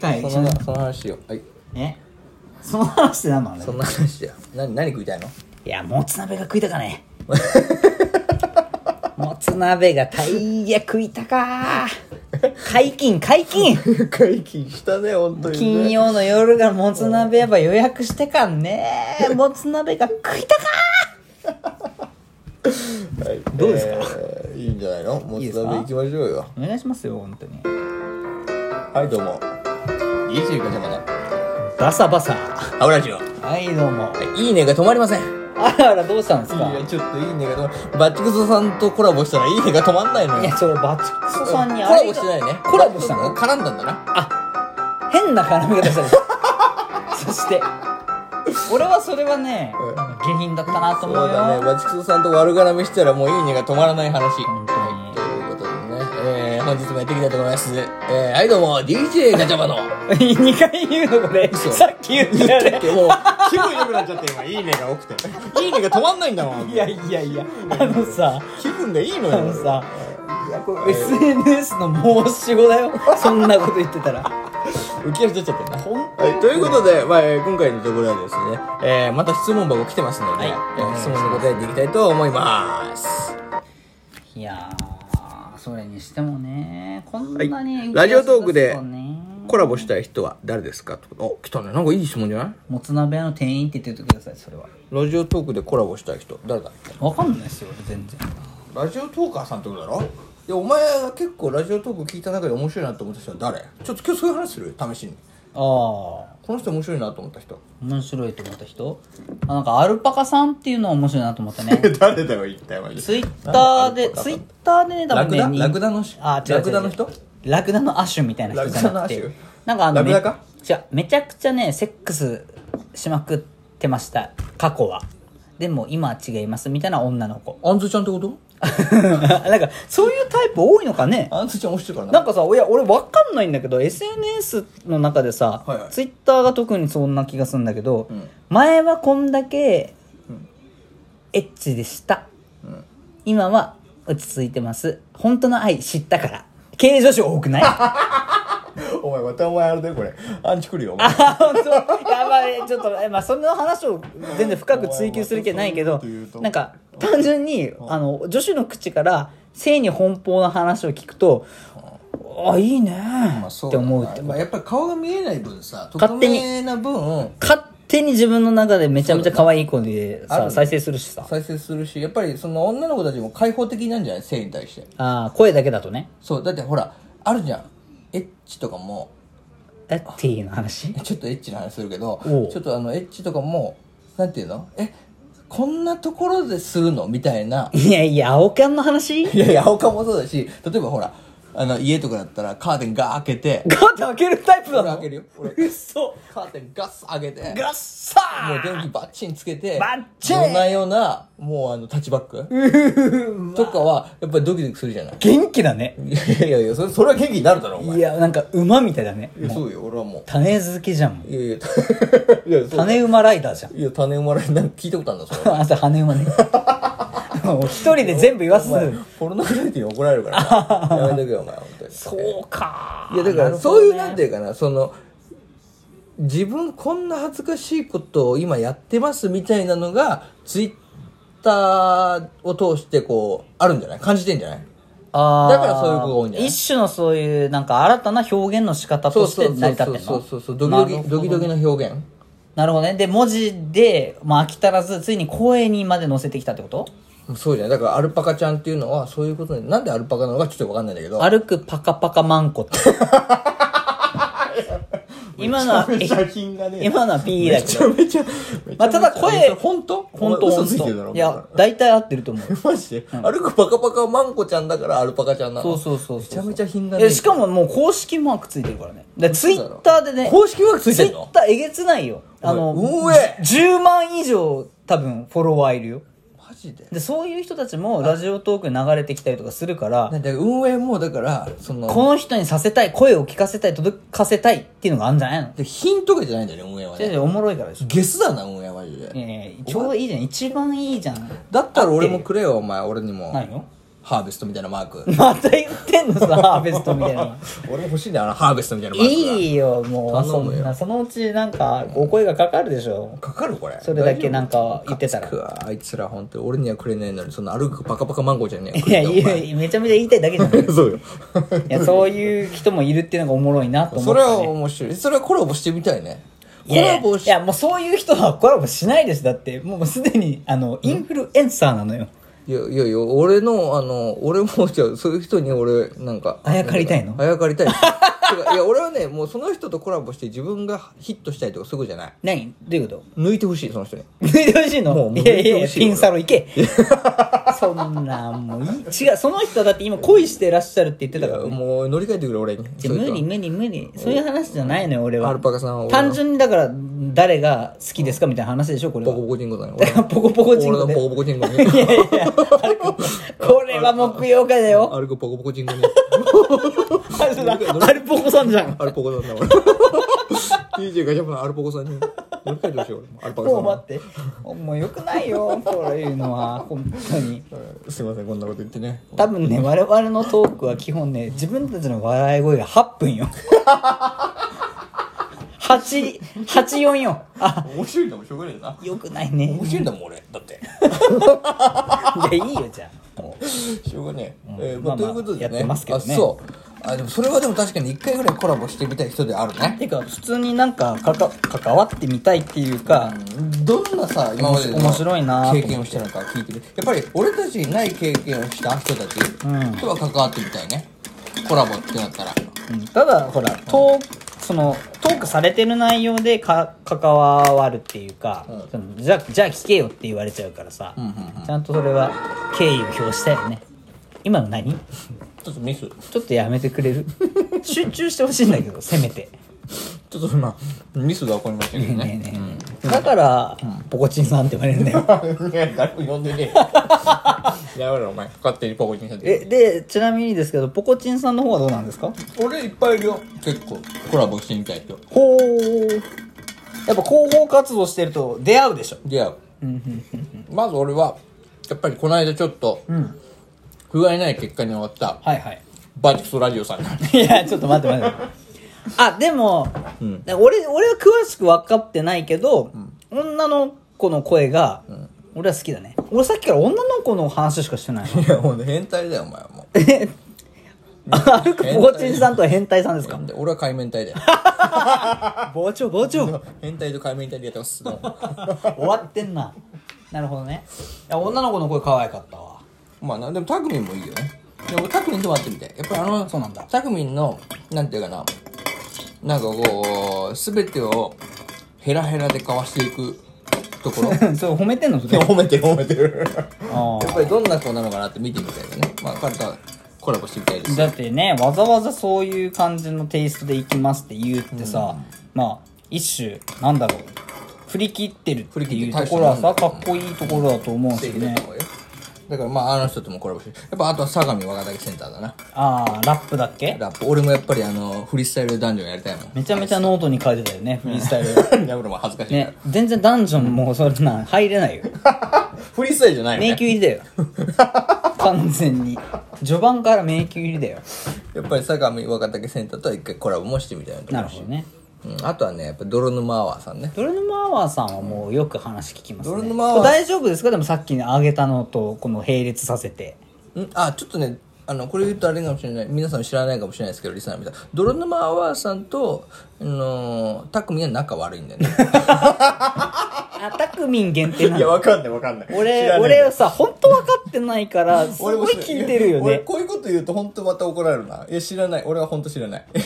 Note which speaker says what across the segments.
Speaker 1: たい
Speaker 2: そ
Speaker 1: 一緒
Speaker 2: の
Speaker 1: に
Speaker 2: その話よはい
Speaker 1: えその話って何な
Speaker 2: そ
Speaker 1: の
Speaker 2: んな話だよ何何食いたいの
Speaker 1: いやもつ鍋が食いたか ねもつ鍋がたいや食いたか解禁解 禁
Speaker 2: 解禁したね本当
Speaker 1: 金曜の夜がもつ鍋やっぱ予約してかんねもつ鍋が食いたかどうですか
Speaker 2: えーいいんじゃないのもつ
Speaker 1: いいです
Speaker 2: 鍋
Speaker 1: か
Speaker 2: 行きましょうよ
Speaker 1: お願いしますよ本当に
Speaker 2: はいどうもいいかちゃまだ
Speaker 1: バサバサ
Speaker 2: ハブラジオ
Speaker 1: はいどうも
Speaker 2: いいねが止まりませんい
Speaker 1: あらあらどうしたんですか
Speaker 2: やちょっといいねが止まバッチクソさんとコラボしたらいいねが止まんないのよ
Speaker 1: いやそれバチクソさんに
Speaker 2: コラボしてないね
Speaker 1: コラボしたの
Speaker 2: 絡んだんだな
Speaker 1: 変な絡み方したでしょ そして俺はそれはね
Speaker 2: うん
Speaker 1: 下品だったなと
Speaker 2: そ
Speaker 1: 思
Speaker 2: う
Speaker 1: うよ
Speaker 2: だねバチクソさんと悪絡みしたらもういいねが止まらない話
Speaker 1: 本当に
Speaker 2: ということでね、えー、本日もやっていきたいと思います。えー、はいどうも、DJ ガチャバの。
Speaker 1: 2回言うのこれ
Speaker 2: 嘘
Speaker 1: さっき言ってたね
Speaker 2: もう、気分良くなっちゃって、今、いいねが多くて。いいねが止まんないんだもん。
Speaker 1: いやいやいやあのさ
Speaker 2: 気分がいいの
Speaker 1: あ
Speaker 2: よ
Speaker 1: の。さ SNS の申し子だよそんなこと言ってたら
Speaker 2: 浮き足立っちゃってるな。
Speaker 1: 本
Speaker 2: はい、ということで、まあ、えー今回のところはですね、えー、また質問箱来てますので、
Speaker 1: はい
Speaker 2: えー質問に答えていきたいと思います。
Speaker 1: いやーそれにしてもねこんなに、
Speaker 2: はいラジオトークで
Speaker 1: そうね
Speaker 2: コラボしたい人は誰ですかってこと。あ、来たね。なんかいい質問じゃない
Speaker 1: もつ鍋屋の店員って言っててくださいそれは
Speaker 2: ラジオトークでコラボしたい人、誰だ
Speaker 1: わかんないですよ俺全然
Speaker 2: ラジオトーカーさんってことだろいやお前が結構ラジオトーク聞いた中で面白いなと思った人は誰ちょっと今日そういう話する試しに
Speaker 1: ああ
Speaker 2: この人面白いなと思った人
Speaker 1: 面白いと思った人あなんかアルパカさんっていうのは面白いなと思 ったね
Speaker 2: 誰だよ一体マジ
Speaker 1: ツイッターでツイッターでね多分ね
Speaker 2: ラクダ
Speaker 1: に
Speaker 2: ラクダのし
Speaker 1: あ違う違う違う
Speaker 2: ラクダの人
Speaker 1: ラクダの亜種みたいな人じゃなく
Speaker 2: ラクダ
Speaker 1: て
Speaker 2: の亜
Speaker 1: なんかあの
Speaker 2: ラクダか
Speaker 1: め違うめちゃくちゃねセックスしまくってました過去はでも今は違いますみたいな女の 子
Speaker 2: あんずちゃんってこと
Speaker 1: なんかそういうタイプ多いのかね
Speaker 2: あんずちゃん面白いから
Speaker 1: な
Speaker 2: なん
Speaker 1: かさいや俺わかんないんだけど SNS の中でさ、
Speaker 2: はいはい
Speaker 1: ツイッターが特にそんな気がするんだけど、
Speaker 2: うん
Speaker 1: 前はこんだけエッチでした、
Speaker 2: ん
Speaker 1: 今は落ち着いてます本当の愛知ったから経女子多くない あ
Speaker 2: お前またお前あれだよこれアンチ来るよお前
Speaker 1: 本当やばいちょっとえまあその話を全然深く追求する気はないけ
Speaker 2: お
Speaker 1: ど
Speaker 2: 前またそういうこと言うと
Speaker 1: なんか単純にあの女子の口から性に奔放な話を聞くとあいいねって思うってこと
Speaker 2: まあ、やっぱり顔が見えない分さ
Speaker 1: 勝手に
Speaker 2: 匿名な分
Speaker 1: 勝手に自分の中でめちゃめちゃ可愛い子で
Speaker 2: そうだ
Speaker 1: さ、
Speaker 2: ね
Speaker 1: 再生するしさ。
Speaker 2: 再生するしやっぱりその女の子たちも開放的なんじゃない性に対して
Speaker 1: ああ、声だけだとね。
Speaker 2: そうだってほらあるじゃんエッチとかも
Speaker 1: えっていうの話。
Speaker 2: ちょっとエッチな話するけど
Speaker 1: おう
Speaker 2: ちょっとあのエッチとかもなんていうのえこんなところでするのみたいない
Speaker 1: やいや、青缶の話
Speaker 2: いやいや青缶もそうだし例えばほらあの家とかだったらカーテンガーッ開けて
Speaker 1: ガーって開けるタイプな
Speaker 2: 俺
Speaker 1: の
Speaker 2: 開けるよ俺
Speaker 1: 嘘。
Speaker 2: カーテンガッサ開けて
Speaker 1: ガッサ
Speaker 2: もう
Speaker 1: ー
Speaker 2: 電気バッチンつけて
Speaker 1: バッチン
Speaker 2: 夜な夜なもうあのタッチバックとかはやっぱりドキドキするじゃない
Speaker 1: 元気だね。
Speaker 2: いやいやいやそれそれは元気になるだろお前
Speaker 1: いや、なんか馬みたいだね。
Speaker 2: いやそうよ俺はも
Speaker 1: 種漬けじゃん。
Speaker 2: ういやいや いやそう
Speaker 1: 種馬ライダーじゃん。
Speaker 2: いや種生まれなんか聞いたことあるんだそれ
Speaker 1: あんた羽 馬ね。もう一人で全部言わす。
Speaker 2: ポルノグラフィティに怒られる から。やめとけよ、お前、本当に。
Speaker 1: そうか
Speaker 2: いや、だか
Speaker 1: な
Speaker 2: ら、
Speaker 1: るほど
Speaker 2: そう
Speaker 1: ね
Speaker 2: いう、なんていうかな、その、自分こんな恥ずかしいことを今やってますみたいなのが、ツイッターを通して、こう、あるんじゃない感じてんじゃない
Speaker 1: あー
Speaker 2: だからそういう子が多いんじゃない
Speaker 1: 一種のそういうなんか新たな表現の仕方
Speaker 2: そ
Speaker 1: と
Speaker 2: う
Speaker 1: し
Speaker 2: そう
Speaker 1: て
Speaker 2: そう
Speaker 1: 成り立ってんの
Speaker 2: そうそうそう、ドキドキ、
Speaker 1: なるほ
Speaker 2: ド
Speaker 1: ど
Speaker 2: キドキの表現。
Speaker 1: なるほどねで文字で、まあ、飽き足らずついに声にまで載せてきたってこと
Speaker 2: そうじゃないだから、アルパカちゃんっていうのは、そういうことに、なんでアルパカなのかちょっとわかんないんだけど。
Speaker 1: 歩くパカパカマン コって今のは
Speaker 2: 品がね
Speaker 1: 今のは B だけど
Speaker 2: めちゃめちゃ。
Speaker 1: まあただ声
Speaker 2: 本当
Speaker 1: 本当
Speaker 2: 嘘ついてるだ
Speaker 1: 本
Speaker 2: ろ。
Speaker 1: 当いや大体合ってると思う
Speaker 2: マジで、歩くパカパカマンコちゃんだからアルパカちゃんな
Speaker 1: そ
Speaker 2: の
Speaker 1: うそうそうそう
Speaker 2: めちゃめちゃ品がね
Speaker 1: えしかももう公式マークついてるからねでツイッターでね
Speaker 2: 公式マークついてん
Speaker 1: ツイ
Speaker 2: の
Speaker 1: ッターえげつないよあの
Speaker 2: おい上
Speaker 1: 10万以上多分フォロワーいるよ
Speaker 2: マジで
Speaker 1: でそういう人たちもラジオトークに流れてきたりとかするから
Speaker 2: なんだ運営もだからその
Speaker 1: この人にさせたい声を聞かせたい届かせたいっていうのがあるんじゃないの
Speaker 2: で品とかじゃないんだよね運営は
Speaker 1: 違う
Speaker 2: ね
Speaker 1: 違うおもろいからでしょ
Speaker 2: ゲスだな運営マジで
Speaker 1: ええちょうどいいじゃん一番いいじゃん
Speaker 2: だったら俺もくれよお前俺にも
Speaker 1: 何よ
Speaker 2: ハーベストみたいなマーク
Speaker 1: また言ってんのさ、ハーベストみたいな。
Speaker 2: 俺も欲しいんだよなハーベストみたいなマークが
Speaker 1: いいよ、もう。
Speaker 2: 頼
Speaker 1: そ
Speaker 2: むよ
Speaker 1: んな、そのうちなんか、お声がかかるでしょ。
Speaker 2: かかるこれ
Speaker 1: それだけなんか言ってたら
Speaker 2: 大丈夫かつくわあいつら本当に俺にはくれないのにその歩くパカパカマンゴーじゃねえ
Speaker 1: いや、いやいやめちゃめちゃ言いたいだけじゃ ない。い
Speaker 2: そうよ
Speaker 1: や、そういう人もいるっていうのがおもろいなと思
Speaker 2: そ
Speaker 1: っ
Speaker 2: れ
Speaker 1: た、
Speaker 2: は
Speaker 1: ね。
Speaker 2: 面白いそれはコラボしてみたいねコ
Speaker 1: いや
Speaker 2: ラボ
Speaker 1: い
Speaker 2: し
Speaker 1: や、もうそういう人はコラボしないです。だって、もうすでに、あの、インフルエンサーなのよ。
Speaker 2: いやいやいや俺のあの俺もじゃあそういう人に俺なんか
Speaker 1: あやかりたいの
Speaker 2: あやかりたいてかいや俺はねもうその人とコラボして自分がヒットしたいとかそういうことじゃない
Speaker 1: 何どういうこと
Speaker 2: 抜いてほしいその人に
Speaker 1: 抜いてほしい
Speaker 2: もう
Speaker 1: の
Speaker 2: もう
Speaker 1: いやい
Speaker 2: 抜いて
Speaker 1: や
Speaker 2: ほ
Speaker 1: いや、
Speaker 2: しいよ
Speaker 1: ピンサロ行 け。そんなんもういい、違う、その人だって今恋してらっしゃるって言ってた
Speaker 2: だ
Speaker 1: か
Speaker 2: からら。もう乗り換えてくれ俺に
Speaker 1: いや
Speaker 2: それ
Speaker 1: 無
Speaker 2: と
Speaker 1: 理無理無理。そういう話じゃないのよ、俺は。
Speaker 2: アルパカさんは俺の
Speaker 1: 単純にだから、誰が好きですかみたいな話でしょ、これ
Speaker 2: ボ
Speaker 1: は
Speaker 2: コ。ボコチンコだね
Speaker 1: だから、ポコポコチン
Speaker 2: 俺
Speaker 1: コ
Speaker 2: の
Speaker 1: で。
Speaker 2: ボコボコチンコに
Speaker 1: いやいや、あれこれは木曜日だよ。
Speaker 2: あれこボコボコチンコに
Speaker 1: あれだあれポコさんじゃん。
Speaker 2: アルポコなんだ俺 DJ ガチャパンのアルポコさんに乗り換えてほしい俺アルパカさ
Speaker 1: もうん待
Speaker 2: の
Speaker 1: って。もう良くないよ、そういうのは。本当に。
Speaker 2: すいませんこんなこと言ってね
Speaker 1: 多分ね我々のトークは基本ね自分たちの笑い声が8分よ 8 84よあ
Speaker 2: 面白いんだもんしょうがねえな
Speaker 1: よくない ね
Speaker 2: 面白いんだもん俺だって
Speaker 1: じゃあいいよじゃあもう
Speaker 2: しょうがねえ。えー
Speaker 1: まあ
Speaker 2: ま
Speaker 1: まあ
Speaker 2: あ、ということでね。
Speaker 1: やってますけどね
Speaker 2: あ、そう。あ、でもそれはでも確かに一回ぐらいコラボしてみたい人であるね。
Speaker 1: てか普通になんかかか関わってみたいっていうか、
Speaker 2: どんなさ、今までの
Speaker 1: 面白いなと思って
Speaker 2: 経験をしたのか聞いてみて。やっぱり俺たちにない経験をした人たち
Speaker 1: ん
Speaker 2: とは関わってみたいね。コラボってなったら。
Speaker 1: うんただほらトークそのトークされてる内容でか関わるっていうか、
Speaker 2: ん
Speaker 1: そのじゃあじゃあ聞けよって言われちゃうからさ、
Speaker 2: んうん
Speaker 1: ちゃんとそれは敬意を表したよね今の何
Speaker 2: ちょっとミス。
Speaker 1: ちょっとやめてくれる 集中してほしいんだけどせめて
Speaker 2: ちょっとまあ、ミスが起こりましたけど
Speaker 1: ねえねえねえだから、ポコチンさんって言われるんだ よ
Speaker 2: いや、誰も呼んでね え。やめろ、お前。勝手にポコチンさん
Speaker 1: えでちなみにですけどポコチンさんの方はどうなんですか
Speaker 2: 俺いっぱいいるよ。結構、コラボしてみたい人。
Speaker 1: ほうやっぱ広報活動してると出会うでしょ
Speaker 2: 出会うまず俺はやっぱりこの間ちょっと、不甲斐ない結果に終わった
Speaker 1: はいはい
Speaker 2: バーチクソラジオさんが
Speaker 1: いやちょっと待って待ってあでも、俺俺は詳しく分かってないけど、女の子の声が、俺は好きだね俺さっきから女の子の話しかして ないの
Speaker 2: いやもう変態だよお前はも
Speaker 1: え歩くポコチンさんとは変態さんですか
Speaker 2: うで俺は海面体だよ
Speaker 1: 傍聴傍聴
Speaker 2: 変態と海面体でやってますどうも
Speaker 1: 終わってんななるほどねいや女の子の声可愛かったわ
Speaker 2: まあなでもタクミンもいいよねで俺タクミンとも会ってみたいやっぱりあの
Speaker 1: そうなんだ
Speaker 2: タクミンのなんていうかななんかこう全てをヘラヘラでかわしていくところい
Speaker 1: そ れ褒めてんのそ
Speaker 2: や
Speaker 1: れ
Speaker 2: 褒めてる褒めてる
Speaker 1: あ
Speaker 2: やっぱりどんな子なのかなって見てみたいよねまあ彼とはコラボしてみたいです
Speaker 1: だってねわざわざそういう感じのテイストでいきますって言うってさ、まあ一種なんだろう振り切ってるって
Speaker 2: 振り切
Speaker 1: い
Speaker 2: っ
Speaker 1: う
Speaker 2: て大
Speaker 1: と
Speaker 2: した
Speaker 1: こ
Speaker 2: もん
Speaker 1: ろ
Speaker 2: だ
Speaker 1: はさかっこいいところだと思うんですよね
Speaker 2: だからまああの人ともコラボしてやっぱあとは相模若竹センターだな
Speaker 1: ああラップだっけ
Speaker 2: ラップ俺もやっぱりあのフリースタイルダンジョンやりたいもん
Speaker 1: めちゃめちゃノートに書いてたよねフリース タイル
Speaker 2: やめろもう恥 ずかしいから、
Speaker 1: ね全然ダンジョンもうそれなん入れないよ
Speaker 2: フリースタイルじゃないよ
Speaker 1: 迷
Speaker 2: ね
Speaker 1: 宮入り だよ完全に序盤から迷宮入りだよ
Speaker 2: やっぱり相模若竹センターとは一回コラボもしてみたいなと
Speaker 1: なるほどね
Speaker 2: うん、あとはねやっぱ泥沼アワーさんね
Speaker 1: ドルヌマアワーさんはもうよく話聞きますね
Speaker 2: ドルヌマアワー
Speaker 1: これ大丈夫ですかでもさっきの上げたのとこの並列させ て
Speaker 2: んあちょっとねあのこれ言うとあれかもしれない皆さん知らないかもしれないですけどリスナーの皆さん泥沼アワーさんと、あのー、タクミは仲悪いんだよね
Speaker 1: あタクミン限定なの
Speaker 2: わ かんないわかんない
Speaker 1: 俺俺さ本当分かってないからすごい
Speaker 2: も
Speaker 1: 聞いてるよ
Speaker 2: 俺
Speaker 1: ね
Speaker 2: こういうこと言うと本当また怒られるないや知らない俺は本当知らない こ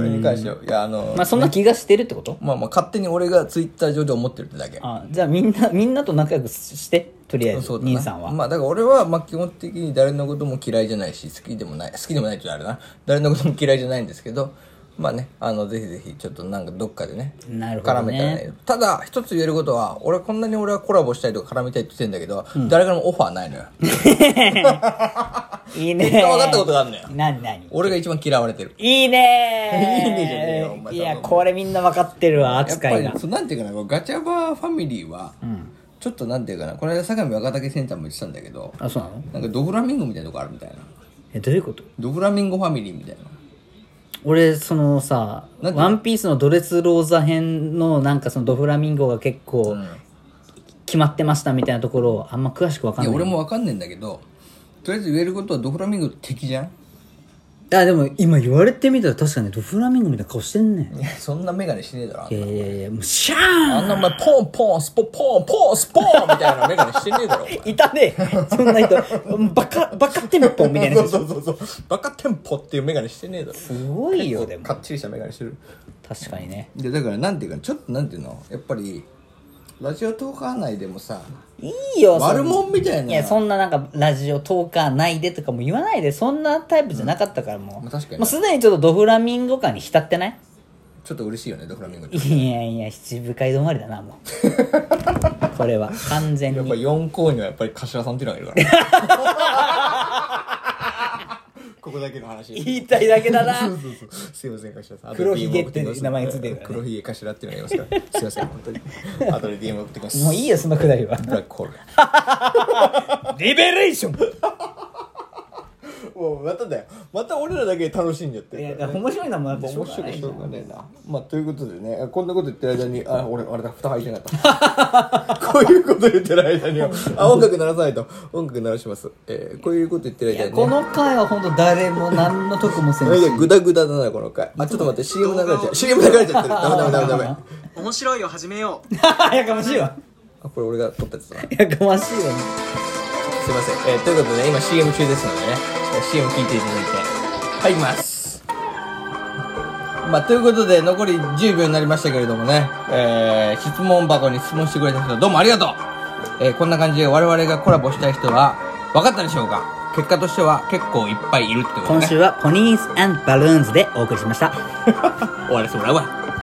Speaker 2: れに関してはいやあの
Speaker 1: まあそんな気がしてるってこと
Speaker 2: まあまあ勝手に俺がツイッター上で思ってるってだけ
Speaker 1: あじゃあみんなみんなと仲良くしてとりあえず
Speaker 2: そうだな
Speaker 1: 兄さんは
Speaker 2: まあだから俺はまあ基本的に誰のことも嫌いじゃないし好きでもない好きでもないって言うとあれだな誰のことも嫌いじゃないんですけどまあねあのぜひぜひちょっとなんかどっかでね
Speaker 1: なるほどね
Speaker 2: 絡めたらねただ一つ言えることは俺こんなに俺はコラボしたいとか絡みたいって言ってんだけど、誰からもオファーないのよ
Speaker 1: いいね
Speaker 2: 結果分かったことがあるのよ
Speaker 1: 何何
Speaker 2: 俺が一番嫌われてる
Speaker 1: いいね
Speaker 2: いいねじゃねえよお前
Speaker 1: いやこれみんな分かってるわ
Speaker 2: やっ
Speaker 1: 扱
Speaker 2: ぱ
Speaker 1: い
Speaker 2: り
Speaker 1: が
Speaker 2: そうなんていうかなこうガチャバーファミリーは、ちょっとなんていうかなこの間相模若竹センターも言ってたんだけど
Speaker 1: あそうなの
Speaker 2: なんかドフラミンゴみたいなとこあるみたいな
Speaker 1: えどういうこと
Speaker 2: ドフラミンゴファミリーみたいな
Speaker 1: 俺そのさ「
Speaker 2: なんて
Speaker 1: ワンピースのドレスローザ編のなんかそのドフラミンゴが結構決まってましたみたいなところをあんま詳しくわかん
Speaker 2: い
Speaker 1: な
Speaker 2: や
Speaker 1: い
Speaker 2: 俺もわかんないんだけどとりあえず言えることはドフラミンゴ敵じゃん
Speaker 1: あでも今言われてみたら確かにドフラミンゴみたいな顔してんね
Speaker 2: いやそんな眼鏡してねえだろあん
Speaker 1: いや
Speaker 2: な
Speaker 1: いやいやもうシャー
Speaker 2: あんなお前ポンポンスポポンポンスポンみたいな眼鏡してねえだろお前
Speaker 1: ンいたね そんな人バカバカテンポみたいな
Speaker 2: そう
Speaker 1: 人
Speaker 2: そうそうそうバカテンポっていう眼鏡してねえだろ
Speaker 1: すごいよでも
Speaker 2: かっちりした眼鏡してる
Speaker 1: 確かにね
Speaker 2: いやだからなんていうかちょっとなんていうのやっぱりラジオトーカー内でもさ
Speaker 1: いいよそん
Speaker 2: 悪もんみたいない
Speaker 1: やそんななんかラジオトーカーないでとかも言わないでそんなタイプじゃなかったからもう、
Speaker 2: まあ確かに
Speaker 1: もうすでにちょっとドフラミンゴ感に浸ってない
Speaker 2: ちょっと嬉しいよねドフラミンゴって
Speaker 1: いやいや七部会止まりだなもう これは完全
Speaker 2: やっ
Speaker 1: に
Speaker 2: ぱ4校にはやっぱり頭さんっていうのがいるからここだけの話
Speaker 1: 言いたいだけだ
Speaker 2: そ
Speaker 1: な
Speaker 2: うそうそうすいません頭さん
Speaker 1: 黒ひげって名前がついてるからね
Speaker 2: 黒ひげ頭っていうのがいますからすいません本当に 後で DM 送ってきます
Speaker 1: もういいよそのくだりは
Speaker 2: ブラックホール
Speaker 1: リベレーション
Speaker 2: もうまただよまた俺らだけ楽しんじゃって
Speaker 1: い
Speaker 2: る
Speaker 1: や
Speaker 2: からね
Speaker 1: 面白いなもんやっぱ
Speaker 2: 面
Speaker 1: 面白
Speaker 2: 白い
Speaker 1: い
Speaker 2: しょうがねえなまあということでねこんなこと言ってる間にあ俺あれだ蓋入ってなかった こういうこと言ってる間にはあ音楽鳴らさないと音楽鳴らします、えーこういうこと言ってる
Speaker 1: い
Speaker 2: 間
Speaker 1: や
Speaker 2: にね
Speaker 1: この回は本当誰も何の得もせん
Speaker 2: い
Speaker 1: し
Speaker 2: や、グダグダだな、この回。あ、ちょっと待って、CM 流れちゃう。CM 流れちゃってる。ダメダメダメ ダメ。あ、
Speaker 3: 面白いを始めよ う
Speaker 1: やかましいわ
Speaker 2: これ俺が撮ったやつだな。すい
Speaker 1: やかましいわね
Speaker 2: ません。えーということでね、今 CM 中ですのでね、えー CM 聞いていただいて、入ります。まあ、ということで、残り10秒になりましたけれどもね、えー質問箱に質問してくれた人、どうもありがとうえーこんな感じで我々がコラボしたい人は、分かったでしょうか結果としては結構いっぱいいるってこと
Speaker 1: 今
Speaker 2: ね。
Speaker 1: 週はポニーズバルーンズでお送りしました
Speaker 2: 終わらせてもらうわ。